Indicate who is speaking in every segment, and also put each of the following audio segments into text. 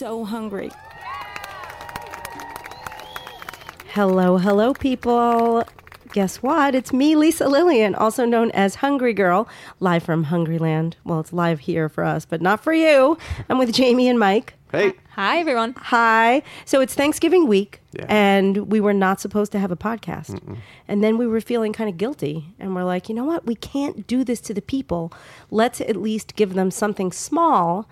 Speaker 1: story. Hello, hello, people. Guess what? It's me, Lisa Lillian, also known as Hungry Girl, live from Hungryland. Well, it's live here for us, but not for you. I'm with Jamie and Mike.
Speaker 2: Hey,
Speaker 3: Hi, everyone.
Speaker 1: Hi. So it's Thanksgiving week,
Speaker 2: Yeah.
Speaker 1: and we were not supposed to have a podcast. And then we were feeling kind of guilty, and we're like, you know what? We can't do this to the people. Let's at least give them something small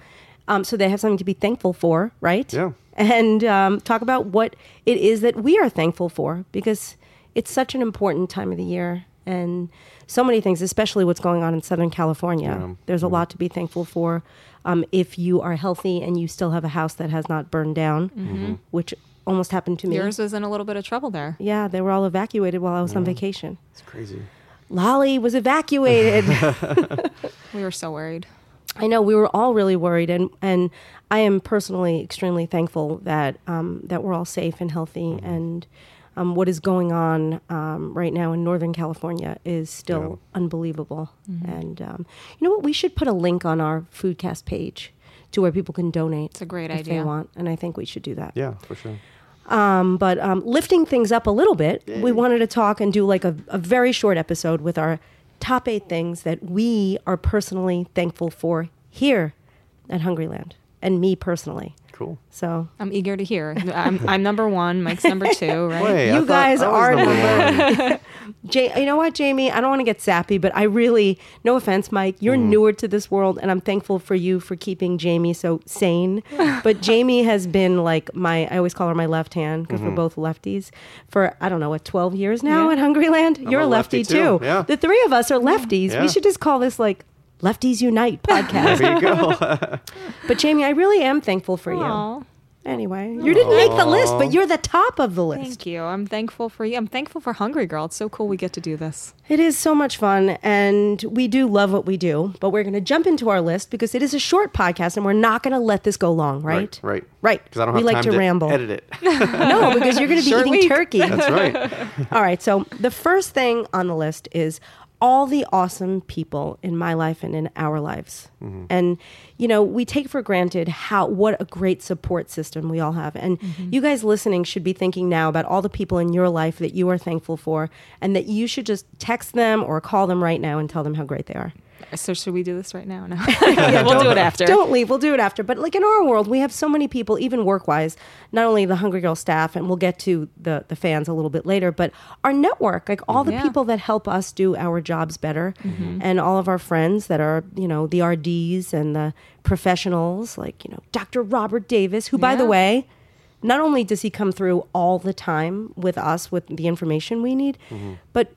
Speaker 1: um, so they have something to be thankful for, right?
Speaker 2: Yeah.
Speaker 1: And um, talk about what it is that we are thankful for because it's such an important time of the year. And so many things, especially what's going on in Southern California. There's a lot to be thankful for um, if you are healthy and you still have a house that has not burned down, which almost happened to me.
Speaker 3: Yours was in a little bit of trouble there.
Speaker 1: yeah, they were all evacuated while I was on vacation.
Speaker 2: it's crazy.
Speaker 1: Lolly was evacuated.
Speaker 3: We were so worried.
Speaker 1: I know we were all really worried, and and I am personally extremely thankful that um, that we're all safe and healthy. And um, what is going on um, right now in Northern California is still unbelievable.
Speaker 3: Mm-hmm.
Speaker 1: And um, you know what? We should put a link on our Foodcast page to where people can donate. It's
Speaker 3: a great
Speaker 1: if They
Speaker 3: idea.
Speaker 1: want, and I think we should do that.
Speaker 2: Yeah, for sure.
Speaker 1: Um, but um, lifting things up a little bit, we wanted to talk and do like a, a very short episode with our top eight things that we are personally thankful for here at Hungryland, and me personally.
Speaker 2: Cool.
Speaker 1: So
Speaker 3: I'm eager to hear. I'm, I'm number one. Mike's number two, right?
Speaker 2: Wait, I
Speaker 1: You
Speaker 2: thought
Speaker 1: guys
Speaker 2: I was
Speaker 1: are
Speaker 2: number one.
Speaker 1: Ja- you know what, Jamie? I don't want to get sappy, but I really, no offense, Mike, you're newer to this world, and I'm thankful for you for keeping Jamie so sane. but Jamie has been like my, I always call her my left hand because we're both lefties for, I don't know, what, 12 years now
Speaker 3: Yeah.
Speaker 1: at Hungryland? you're
Speaker 2: a
Speaker 1: a
Speaker 2: lefty
Speaker 1: lefty,
Speaker 2: too,
Speaker 1: too.
Speaker 2: yeah.
Speaker 1: The three of us are lefties.
Speaker 2: Yeah.
Speaker 1: We should just call this like Lefties Unite podcast.
Speaker 2: there you go.
Speaker 1: but Jamie, I really am thankful for you.
Speaker 3: Aw,
Speaker 1: Anyway, you didn't make the list, but you're the top of the list.
Speaker 3: Thank you. I'm thankful for you. I'm thankful for Hungry Girl. It's so cool we get to do this.
Speaker 1: It is so much fun, and we do love what we do, but we're going to jump into our list because it is a short podcast and we're not going to let this go long, right?
Speaker 2: Right.
Speaker 1: Right.
Speaker 2: Because I don't
Speaker 1: we
Speaker 2: have
Speaker 1: like
Speaker 2: time
Speaker 1: to, ramble.
Speaker 2: edit it.
Speaker 1: No, because you're going to be
Speaker 3: Short
Speaker 1: eating
Speaker 3: week.
Speaker 1: turkey.
Speaker 2: That's right.
Speaker 1: All right, so the first thing on the list is all the awesome people in my life and in our lives. And you know, we take for granted how what a great support system we all have. And you guys listening should be thinking now about all the people in your life that you are thankful for and that you should just text them or call them right now and tell them how great they are.
Speaker 3: So should we do this right now? No. we'll do it after.
Speaker 1: Don't leave. We'll do it after. But like in our world, we have so many people, even work wise, not only the Hungry Girl staff, and we'll get to the, the fans a little bit later, but our network, like all the
Speaker 3: Yeah. Mm-hmm.
Speaker 1: people that help us do our jobs better, and all of our friends that are, you know, the RDs and the professionals, like, you know, Dr. Robert Davis, who, by the
Speaker 3: Yeah.
Speaker 1: way, not only does he come through all the time with us with the information we need,
Speaker 3: Mm-hmm.
Speaker 1: but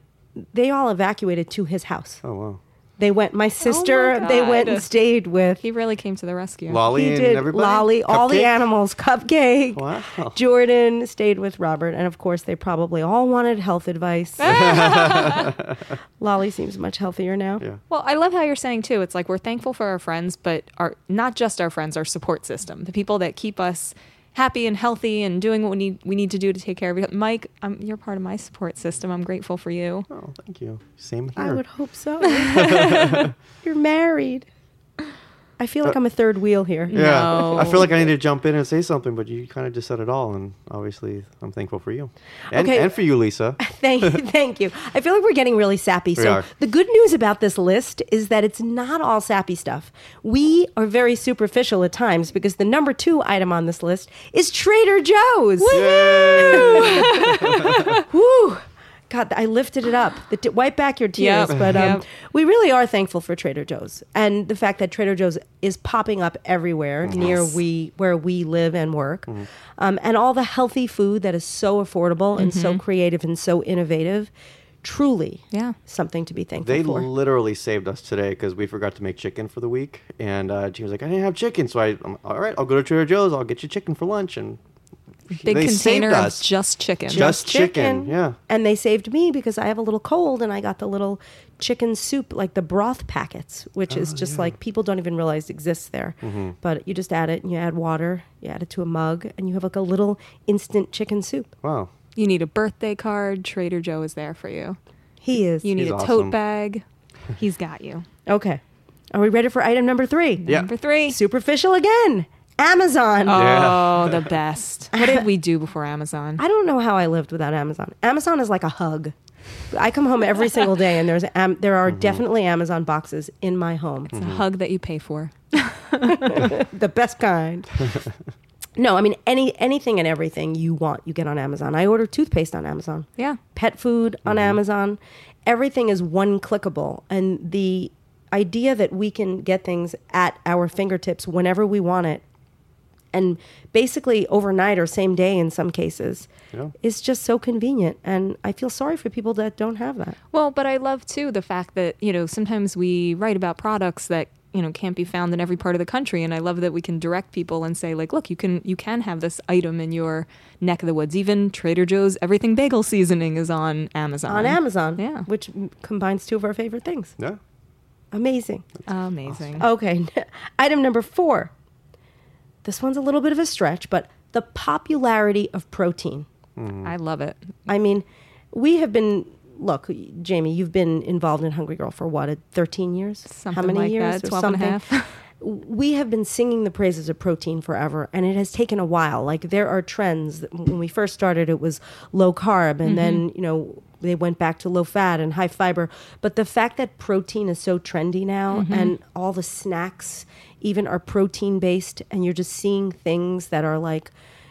Speaker 1: they all evacuated to his house.
Speaker 2: Oh wow.
Speaker 1: They went, my sister, they
Speaker 3: God.
Speaker 1: went and stayed with
Speaker 3: He really came to the rescue.
Speaker 2: Lolly
Speaker 1: he
Speaker 2: and
Speaker 1: did
Speaker 2: everybody.
Speaker 1: lolly all the
Speaker 2: Cupcake?
Speaker 1: animals cupcake
Speaker 2: Wow.
Speaker 1: jordan stayed with robert and of course they probably all wanted health advice lolly seems much healthier now
Speaker 2: Yeah.
Speaker 3: Well, I love how you're saying too. It's like we're thankful for our friends, but our not just our friends, our support system, the people that keep us happy and healthy and doing what we need we need to do to take care of you. Mike, um, you're part of my support system. I'm grateful for you.
Speaker 2: Oh, thank you. Same here.
Speaker 1: i would hope so you're married i feel like i'm a third wheel here
Speaker 2: Uh, yeah.
Speaker 3: No.
Speaker 2: I feel like I need to jump in and say something, but you kind of just said it all, and obviously I'm thankful for you, and
Speaker 1: Okay.
Speaker 2: and for you, Lisa.
Speaker 1: thank, thank you. I feel like we're getting really sappy.
Speaker 2: We
Speaker 1: So
Speaker 2: are.
Speaker 1: the good news about this list is that it's not all sappy stuff. We are very superficial at times because the number two item on this list is Trader Joe's.
Speaker 2: Yay!
Speaker 1: Woo! God, I lifted it up. It did wipe back your tears,
Speaker 3: Yep,
Speaker 1: but um,
Speaker 3: yep.
Speaker 1: we really are thankful for Trader Joe's and the fact that Trader Joe's is popping up everywhere
Speaker 3: Mm-hmm.
Speaker 1: near we where we live and work, um, and all the healthy food that is so affordable and so creative and so innovative. Truly,
Speaker 3: Mm-hmm. Yeah.
Speaker 1: something to be thankful
Speaker 2: They
Speaker 1: for.
Speaker 2: literally saved us today because we forgot to make chicken for the week, and uh, Jimmy was like, "I didn't have chicken," so I, I'm all right. I'll go to Trader Joe's. I'll get you chicken for lunch, and
Speaker 3: Big
Speaker 2: they
Speaker 3: container
Speaker 2: saved
Speaker 3: of
Speaker 2: us.
Speaker 3: just chicken.
Speaker 2: Just- chicken, yeah.
Speaker 1: And they saved me because I have a little cold and I got the little chicken soup, like the broth packets, which is
Speaker 2: Oh,
Speaker 1: just like people don't even realize exists there.
Speaker 2: Mm-hmm.
Speaker 1: But you just add it and you add water, you add it to a mug, and you have like a little instant chicken soup.
Speaker 2: wow,
Speaker 3: you need a birthday card. Trader Joe is there for you.
Speaker 1: He is.
Speaker 3: You need
Speaker 2: He's
Speaker 3: a
Speaker 2: awesome.
Speaker 3: tote bag. He's got you.
Speaker 1: okay. Are we ready for item number three?
Speaker 2: Yeah.
Speaker 3: Number three.
Speaker 1: Superficial again. Amazon.
Speaker 2: Yeah.
Speaker 3: Oh, the best. What did we do before Amazon?
Speaker 1: I don't know how I lived without Amazon. Amazon is like a hug. I come home every single day, and there's am- there are
Speaker 2: Mm-hmm.
Speaker 1: definitely Amazon boxes in my home.
Speaker 3: It's a hug that you pay for.
Speaker 1: the best kind. no, I mean any anything and everything you want, you get on Amazon. I order toothpaste on Amazon.
Speaker 3: Yeah.
Speaker 1: Pet food on Amazon. Everything is one clickable and the idea that we can get things at our fingertips whenever we want it and basically overnight or same day in some cases
Speaker 2: Yeah.
Speaker 1: is just so convenient and I feel sorry for people that don't have that.
Speaker 3: Well, but I love too the fact that, you know, sometimes we write about products that, you know, can't be found in every part of the country and I love that we can direct people and say like, look, you can you can have this item in your neck of the woods. Even Trader Joe's everything bagel seasoning is on Amazon.
Speaker 1: On Amazon,
Speaker 3: Yeah.
Speaker 1: which m- combines two of our favorite things.
Speaker 2: Yeah.
Speaker 1: Amazing.
Speaker 3: Amazing.
Speaker 1: Okay. Item number four. This one's a little bit of a stretch, but the popularity of protein.
Speaker 3: I love it.
Speaker 1: I mean, we have been, look, Jamie, you've been involved in Hungry Girl for what, uh, 13 years?
Speaker 3: Something like that, 12 and a half.
Speaker 1: we have been singing the praises of protein forever, and it has taken a while. Like, there are trends. that- When we first started, it was low carb, and then, you know, they went back to low fat and high fiber. But the fact that protein is so trendy now, and all the snacks even are protein based, and you're just seeing things that are like,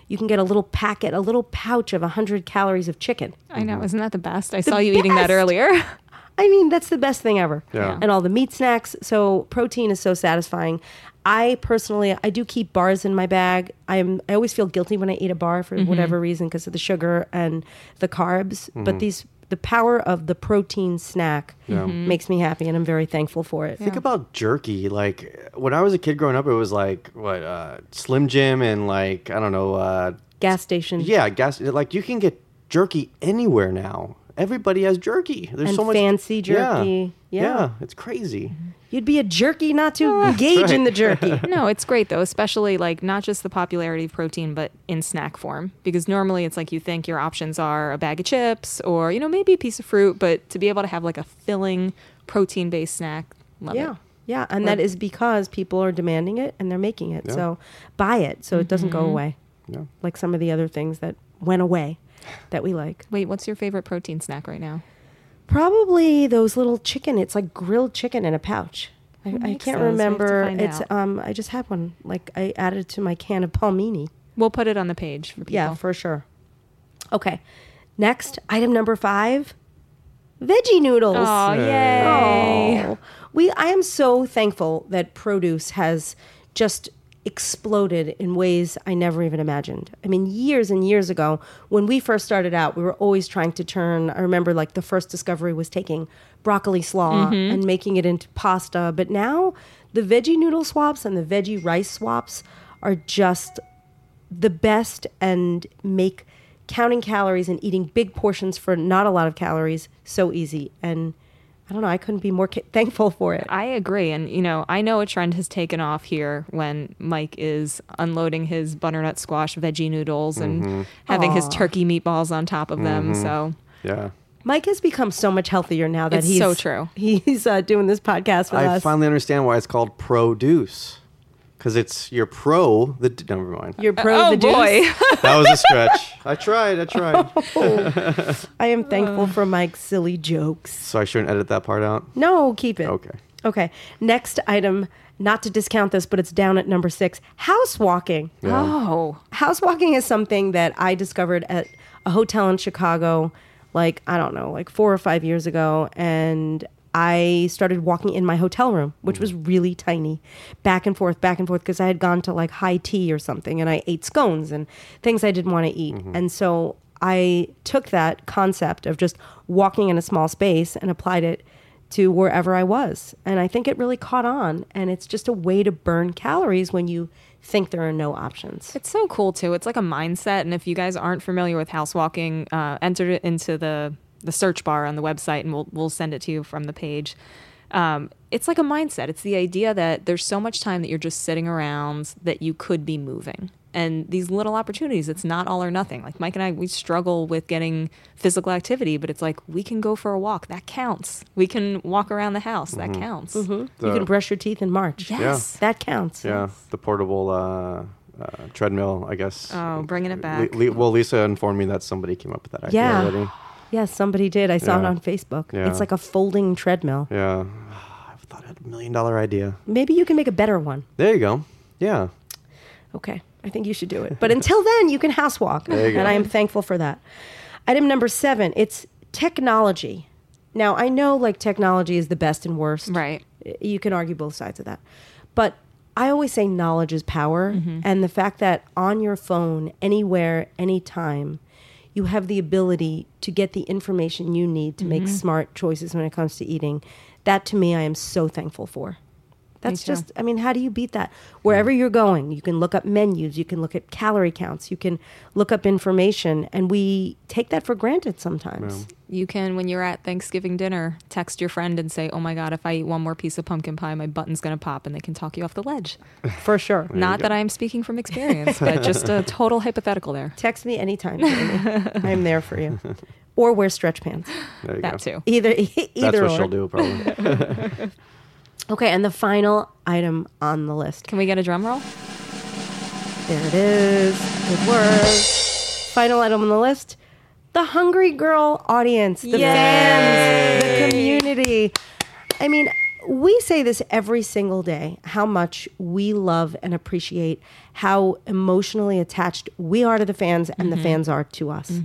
Speaker 1: you can get a little packet, a little pouch of 100 calories of chicken.
Speaker 3: I know. Isn't that the best? I saw you eating
Speaker 1: Mm-hmm. best!
Speaker 3: that earlier.
Speaker 1: I mean, that's the best thing ever.
Speaker 2: Yeah.
Speaker 1: And all the meat snacks. So protein is so satisfying. I personally, I do keep bars in my bag. I'm, I always feel guilty when I eat a bar for whatever reason because of the sugar and the carbs. But these, the power of the protein snack
Speaker 2: Mm-hmm. Yeah.
Speaker 1: makes me happy, and I'm very thankful for it.
Speaker 2: Think about jerky. Like when I was a kid growing up, it was like what uh, Slim Jim and like I don't know. Uh,
Speaker 1: Gas station.
Speaker 2: yeah, gas. Like you can get jerky anywhere now. Everybody has jerky. There's
Speaker 1: And
Speaker 2: so much
Speaker 1: fancy
Speaker 2: Yeah.
Speaker 1: jerky.
Speaker 2: Yeah,
Speaker 1: Yeah.
Speaker 2: it's crazy.
Speaker 1: You'd be a jerky not to engage
Speaker 2: right.
Speaker 1: in the jerky.
Speaker 3: no, it's great though, especially like not just the popularity of protein, but in snack form. Because normally it's like you think your options are a bag of chips or, you know, maybe a piece of fruit, but to be able to have like a filling protein based snack, love
Speaker 1: yeah.
Speaker 3: it.
Speaker 1: Yeah, and that is because people are demanding it and they're making it.
Speaker 2: Yeah.
Speaker 1: So buy it so it doesn't go away.
Speaker 2: Yeah.
Speaker 1: like some of the other things that went away that we like.
Speaker 3: Wait, what's your favorite protein snack right now?
Speaker 1: Probably those little chicken. It's like grilled chicken in a pouch. I, I
Speaker 3: makes
Speaker 1: can't
Speaker 3: those? We have to
Speaker 1: remember.
Speaker 3: find
Speaker 1: It's
Speaker 3: out.
Speaker 1: um. I just had one. Like I added to my can of palmini.
Speaker 3: We'll put it on the page for people.
Speaker 1: Yeah, for sure. Okay. Next item number five: veggie noodles.
Speaker 3: Oh, yay.
Speaker 1: Oh, we I am so thankful that produce has just exploded in ways I never even imagined. I mean, years and years ago, when we first started out, we were always trying to turn. I remember like the first discovery was taking broccoli slaw and making it into pasta, but now the veggie noodle swaps and the veggie rice swaps are just the best and make counting calories and eating big portions for not a lot of calories so easy. And I don't know, I couldn't be more ca- thankful for it.
Speaker 3: I agree. And, you know, I know a trend has taken off here when Mike is unloading his butternut squash veggie noodles and having his turkey meatballs on top of them. So
Speaker 2: Yeah.
Speaker 1: Mike has become so much healthier now that
Speaker 3: It's
Speaker 1: he's
Speaker 3: so true.
Speaker 1: He's uh, doing this podcast with
Speaker 2: I
Speaker 1: us.
Speaker 2: finally understand why it's called produce. Because it's your pro. The d- never mind.
Speaker 1: You're pro
Speaker 3: oh
Speaker 1: the deuce.
Speaker 3: boy.
Speaker 2: that was a stretch. I tried. I tried.
Speaker 1: I am thankful for Mike's silly jokes.
Speaker 2: So I shouldn't edit that part out.
Speaker 1: No, keep it.
Speaker 2: Okay.
Speaker 1: Okay. Next item, not to discount this, but it's down at number six house walking.
Speaker 2: Yeah.
Speaker 3: Oh.
Speaker 1: house walking is something that I discovered at a hotel in Chicago, like, I don't know, like four or five years ago. And I started walking in my hotel room, which was really tiny, back and forth, back and forth, because I had gone to like high tea or something and I ate scones and things I didn't want to eat. And so I took that concept of just walking in a small space and applied it to wherever I was. And I think it really caught on. And it's just a way to burn calories when you think there are no options.
Speaker 3: It's so cool too. It's like a mindset, and if you guys aren't familiar with house walking, uh, enter it into the the search bar on the website, and we'll we'll send it to you from the page. Um, it's like a mindset. It's the idea that there's so much time that you're just sitting around that you could be moving, and these little opportunities. It's not all or nothing. Like Mike and I, we struggle with getting physical activity, but it's like we can go for a walk. That counts. We can walk around the house. That counts.
Speaker 1: you
Speaker 2: The-
Speaker 1: can brush your teeth in March.
Speaker 3: Yes.
Speaker 1: That counts.
Speaker 2: Yeah, the portable uh, uh, treadmill, I guess.
Speaker 3: Oh, bringing it
Speaker 2: Le-
Speaker 3: back.
Speaker 2: Le- well, Lisa informed me that somebody came up with that idea
Speaker 1: Yeah.
Speaker 2: already.
Speaker 1: Yes, somebody did. I saw it
Speaker 2: Yeah.
Speaker 1: on Facebook.
Speaker 2: Yeah.
Speaker 1: It's like a folding treadmill.
Speaker 2: Yeah. I thought I had a million dollar idea.
Speaker 1: Maybe you can make a better one.
Speaker 2: There you go. Yeah.
Speaker 1: Okay, I think you should do it. But until then, you can house walk.
Speaker 2: There you go.
Speaker 1: And I am thankful for that. Item number seven it's technology. Now, I know like technology is the best and worst.
Speaker 3: Right.
Speaker 1: You can argue both sides of that. But I always say knowledge is power.
Speaker 3: Mm-hmm.
Speaker 1: And the fact that on your phone, anywhere, anytime, you have the ability to get the information you need to
Speaker 3: Mm-hmm.
Speaker 1: make smart choices when it comes to eating. That to me, I am so thankful for. That's
Speaker 3: too.
Speaker 1: just, I mean, how do you beat that? Wherever you're going, you can look up menus, you can look at calorie counts, you can look up information, and we take that for granted sometimes.
Speaker 3: You can, when you're at Thanksgiving dinner, text your friend and say, "Oh my God, if I eat one more piece of pumpkin pie, my button's gonna pop," and they can talk you off the ledge.
Speaker 1: For sure.
Speaker 3: Not that I'm speaking from experience, but just a total hypothetical there.
Speaker 1: Text me anytime. Jamie. I'm there for you. Or wear stretch pants.
Speaker 2: There you go.
Speaker 3: That too.
Speaker 1: Either, either
Speaker 2: That's what
Speaker 1: or.
Speaker 2: she'll do, probably.
Speaker 1: Okay, and the final item on the list.
Speaker 3: Can we get a drum roll?
Speaker 1: There it is. Good work. Final item on the list the Hungry Girl audience, the fans, the community. I mean, we say this every single day how much we love and appreciate how emotionally attached we are to the fans and the fans are to us.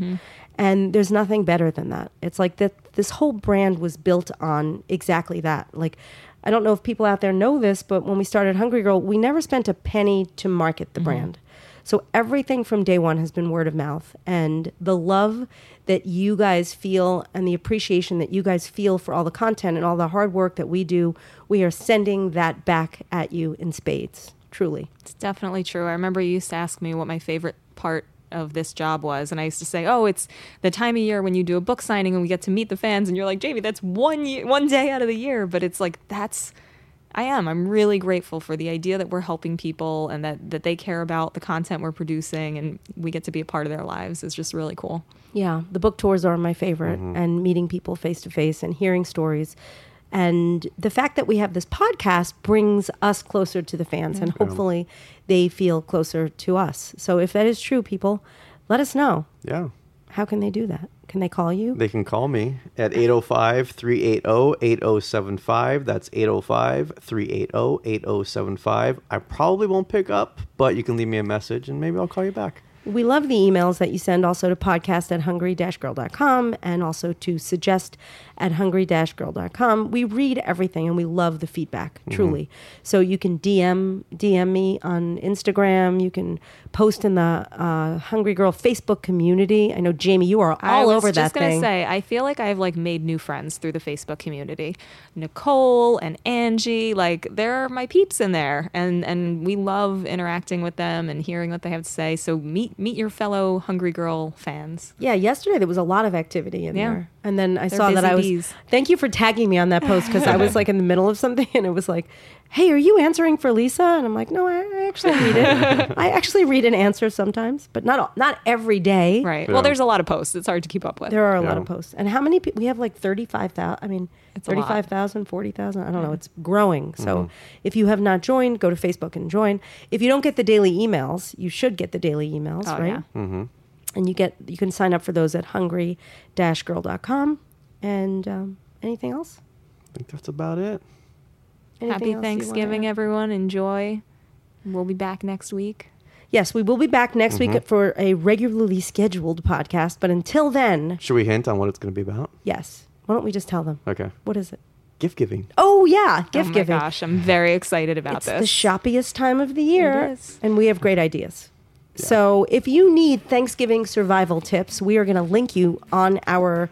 Speaker 1: And there's nothing better than that. It's like that this whole brand was built on exactly that. Like I don't know if people out there know this, but when we started Hungry Girl, we never spent a penny to market the brand. So everything from day one has been word of mouth. And the love that you guys feel and the appreciation that you guys feel for all the content and all the hard work that we do, we are sending that back at you in spades, truly.
Speaker 3: It's definitely true. I remember you used to ask me what my favorite part of this job was, and I used to say, "Oh, it's the time of year when you do a book signing and we get to meet the fans." And you're like, "Jamie, that's one year, one day out of the year," but it's like that's. I am. I'm really grateful for the idea that we're helping people and that, that they care about the content we're producing and we get to be a part of their lives is just really cool.
Speaker 1: Yeah, the book tours are my favorite, and meeting people face to face and hearing stories. And the fact that we have this podcast brings us closer to the fans, and hopefully they feel closer to us. So if that is true, people, let us know.
Speaker 2: yeah.
Speaker 1: How can they do that? Can they call you?
Speaker 2: They can call me at 805 380 8075. That's 805 380 8075. I probably won't pick up, but you can leave me a message and maybe I'll call you back.
Speaker 1: We love the emails that you send also to podcast at hungry-girl.com and also to suggest at hungry-girl.com. We read everything and we love the feedback, truly. So you can DM DM me on Instagram. You can post in the uh, Hungry Girl Facebook community. I know, Jamie, you are all
Speaker 3: I was
Speaker 1: over
Speaker 3: just
Speaker 1: that
Speaker 3: gonna
Speaker 1: thing.
Speaker 3: say, I feel like I've like made new friends through the Facebook community. Nicole and Angie, like they're my peeps in there, and and we love interacting with them and hearing what they have to say. So meet meet your fellow Hungry Girl fans.
Speaker 1: Yeah, yesterday there was a lot of activity in
Speaker 3: Yeah.
Speaker 1: there. And then I
Speaker 3: They're
Speaker 1: saw that
Speaker 3: busy
Speaker 1: I was.
Speaker 3: bees.
Speaker 1: Thank you for tagging me on that post because I was like in the middle of something and it was like, hey, are you answering for Lisa? And I'm like, no, I, I actually read it. I actually read an answer sometimes, but not all, not every day.
Speaker 3: Right.
Speaker 2: Yeah.
Speaker 3: Well, there's a lot of posts. It's hard to keep up with.
Speaker 1: There are a lot
Speaker 2: Yeah.
Speaker 1: of posts. And how many people? We have like 35,000. I mean,
Speaker 3: It's a lot.
Speaker 1: 35,000, 40,000. I don't know. It's growing. So if you have not joined, go to Facebook and join. If you don't get the daily emails, you should get the daily emails,
Speaker 3: Oh,
Speaker 1: right? Mm-hmm. And you get you can sign up for those at hungry-girl.com. And um, anything else?
Speaker 2: I think that's about it.
Speaker 1: Anything
Speaker 3: Happy
Speaker 1: else you wanna
Speaker 3: Thanksgiving,
Speaker 1: add?
Speaker 3: everyone. Enjoy. We'll be back next week.
Speaker 1: Yes, we will be back next week for a regularly scheduled podcast. But until then,
Speaker 2: Should we hint on what it's going to be about?
Speaker 1: yes. Why don't we just tell them?
Speaker 2: Okay.
Speaker 1: What is it?
Speaker 2: Gift giving.
Speaker 1: Oh, yeah.
Speaker 3: Oh
Speaker 1: Gift
Speaker 3: my
Speaker 1: giving.
Speaker 3: gosh, I'm very excited about
Speaker 1: it's
Speaker 3: this.
Speaker 1: the shoppiest time of the year
Speaker 3: It is.
Speaker 1: and we have great ideas so if you need thanksgiving survival tips we are going to link you on our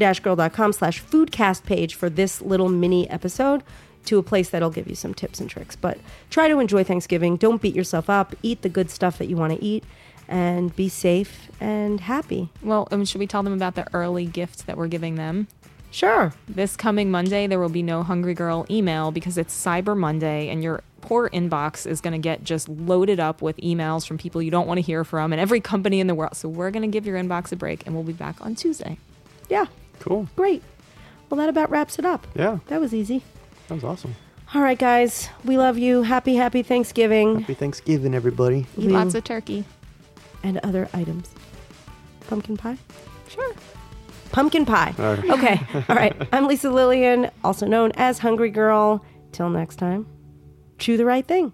Speaker 1: hungry-girl.com slash foodcast page for this little mini episode to a place that'll give you some tips and tricks but try to enjoy thanksgiving don't beat yourself up eat the good stuff that you want to eat and be safe and happy
Speaker 3: Well, um, should we tell them about the early gift that we're giving them?
Speaker 1: Sure.
Speaker 3: This coming Monday, there will be no Hungry Girl email because it's Cyber Monday and your poor inbox is going to get just loaded up with emails from people you don't want to hear from and every company in the world. So we're going to give your inbox a break and we'll be back on Tuesday.
Speaker 1: Yeah.
Speaker 2: Cool.
Speaker 1: Great. Well, that about wraps it up.
Speaker 2: Yeah.
Speaker 1: That was easy.
Speaker 2: That was awesome.
Speaker 1: All right, guys. We love you. Happy, happy Thanksgiving
Speaker 2: Happy Thanksgiving, everybody.
Speaker 3: Eat
Speaker 1: Ooh.
Speaker 3: lots of turkey.
Speaker 1: and other items. Pumpkin pie?
Speaker 3: Sure.
Speaker 1: Pumpkin pie.
Speaker 2: All right.
Speaker 1: Okay. All right. I'm Lisa Lillian, also known as Hungry Girl. Till next time, chew the right thing.